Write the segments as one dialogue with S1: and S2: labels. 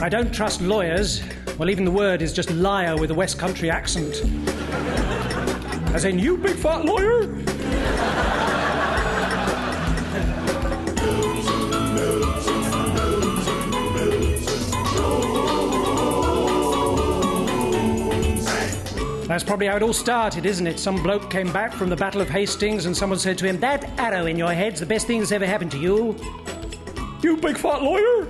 S1: I don't trust lawyers. Well, even the word is just liar with a West Country accent. As in, you big fat lawyer? That's probably how it all started, isn't it? Some bloke came back from the Battle of Hastings and someone said to him, That arrow in your head's the best thing that's ever happened to you. You big fat lawyer?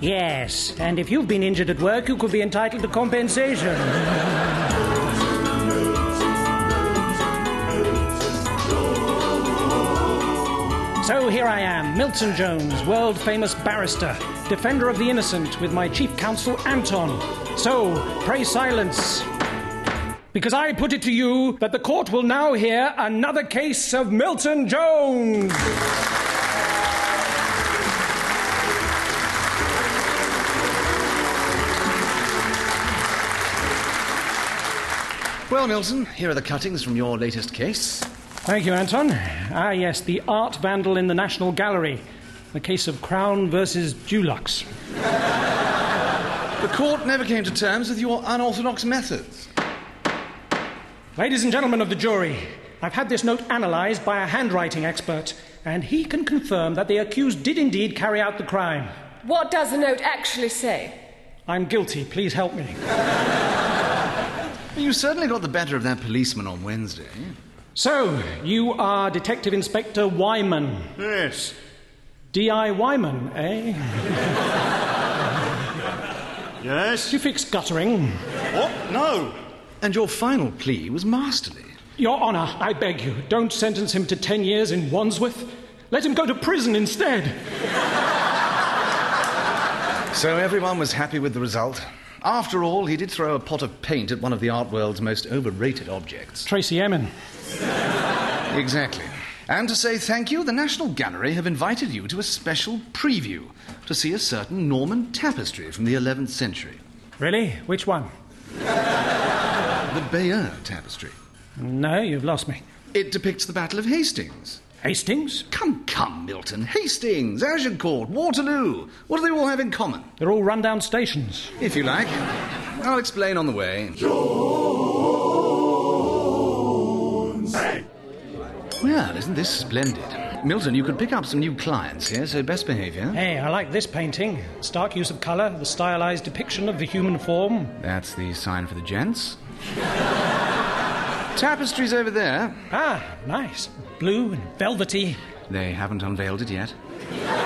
S1: yes, and if you've been injured at work, you could be entitled to compensation. So here I am, Milton Jones, world famous barrister, defender of the innocent, with my chief counsel Anton. So, pray silence. Because I put it to you that the court will now hear another case of Milton Jones.
S2: Well, Milton, here are the cuttings from your latest case.
S1: Thank you, Anton. Ah, yes, the art vandal in the National Gallery. The case of Crown versus Dulux.
S2: The court never came to terms with your unorthodox methods.
S1: Ladies and gentlemen of the jury, I've had this note analysed by a handwriting expert, and he can confirm that the accused did indeed carry out the crime.
S3: What does the note actually say?
S1: I'm guilty, please help me.
S2: You certainly got the better of that policeman on Wednesday.
S1: So, you are Detective Inspector Wyman.
S2: Yes.
S1: D.I. Wyman, eh?
S4: Yes?
S1: You fix guttering.
S4: What? No.
S2: And your final plea was masterly.
S1: Your Honour, I beg you, don't sentence him to ten years in Wandsworth. Let him go to prison instead.
S2: So everyone was happy with the result. After all, he did throw a pot of paint at one of the art world's most overrated objects.
S1: Tracy Emin.
S2: Exactly. And to say thank you, the National Gallery have invited you to a special preview to see a certain Norman tapestry from the 11th century,
S1: Really? Which one?
S2: the Bayeux tapestry.
S1: No, you've lost me.
S2: It depicts the Battle of Hastings.
S1: Hastings?
S2: Come, come, Milton. Hastings, Agincourt, Waterloo. What do they all have in common?
S1: They're all rundown stations.
S2: If you like. I'll explain on the way. Well, isn't this splendid? Milton, you could pick up some new clients here, so best behavior.
S1: Hey, I like this painting. Stark use of colour, the stylized depiction of the human form.
S2: That's the sign for the gents. Tapestry's over there.
S1: Ah, nice. Blue and velvety.
S2: They haven't unveiled it yet.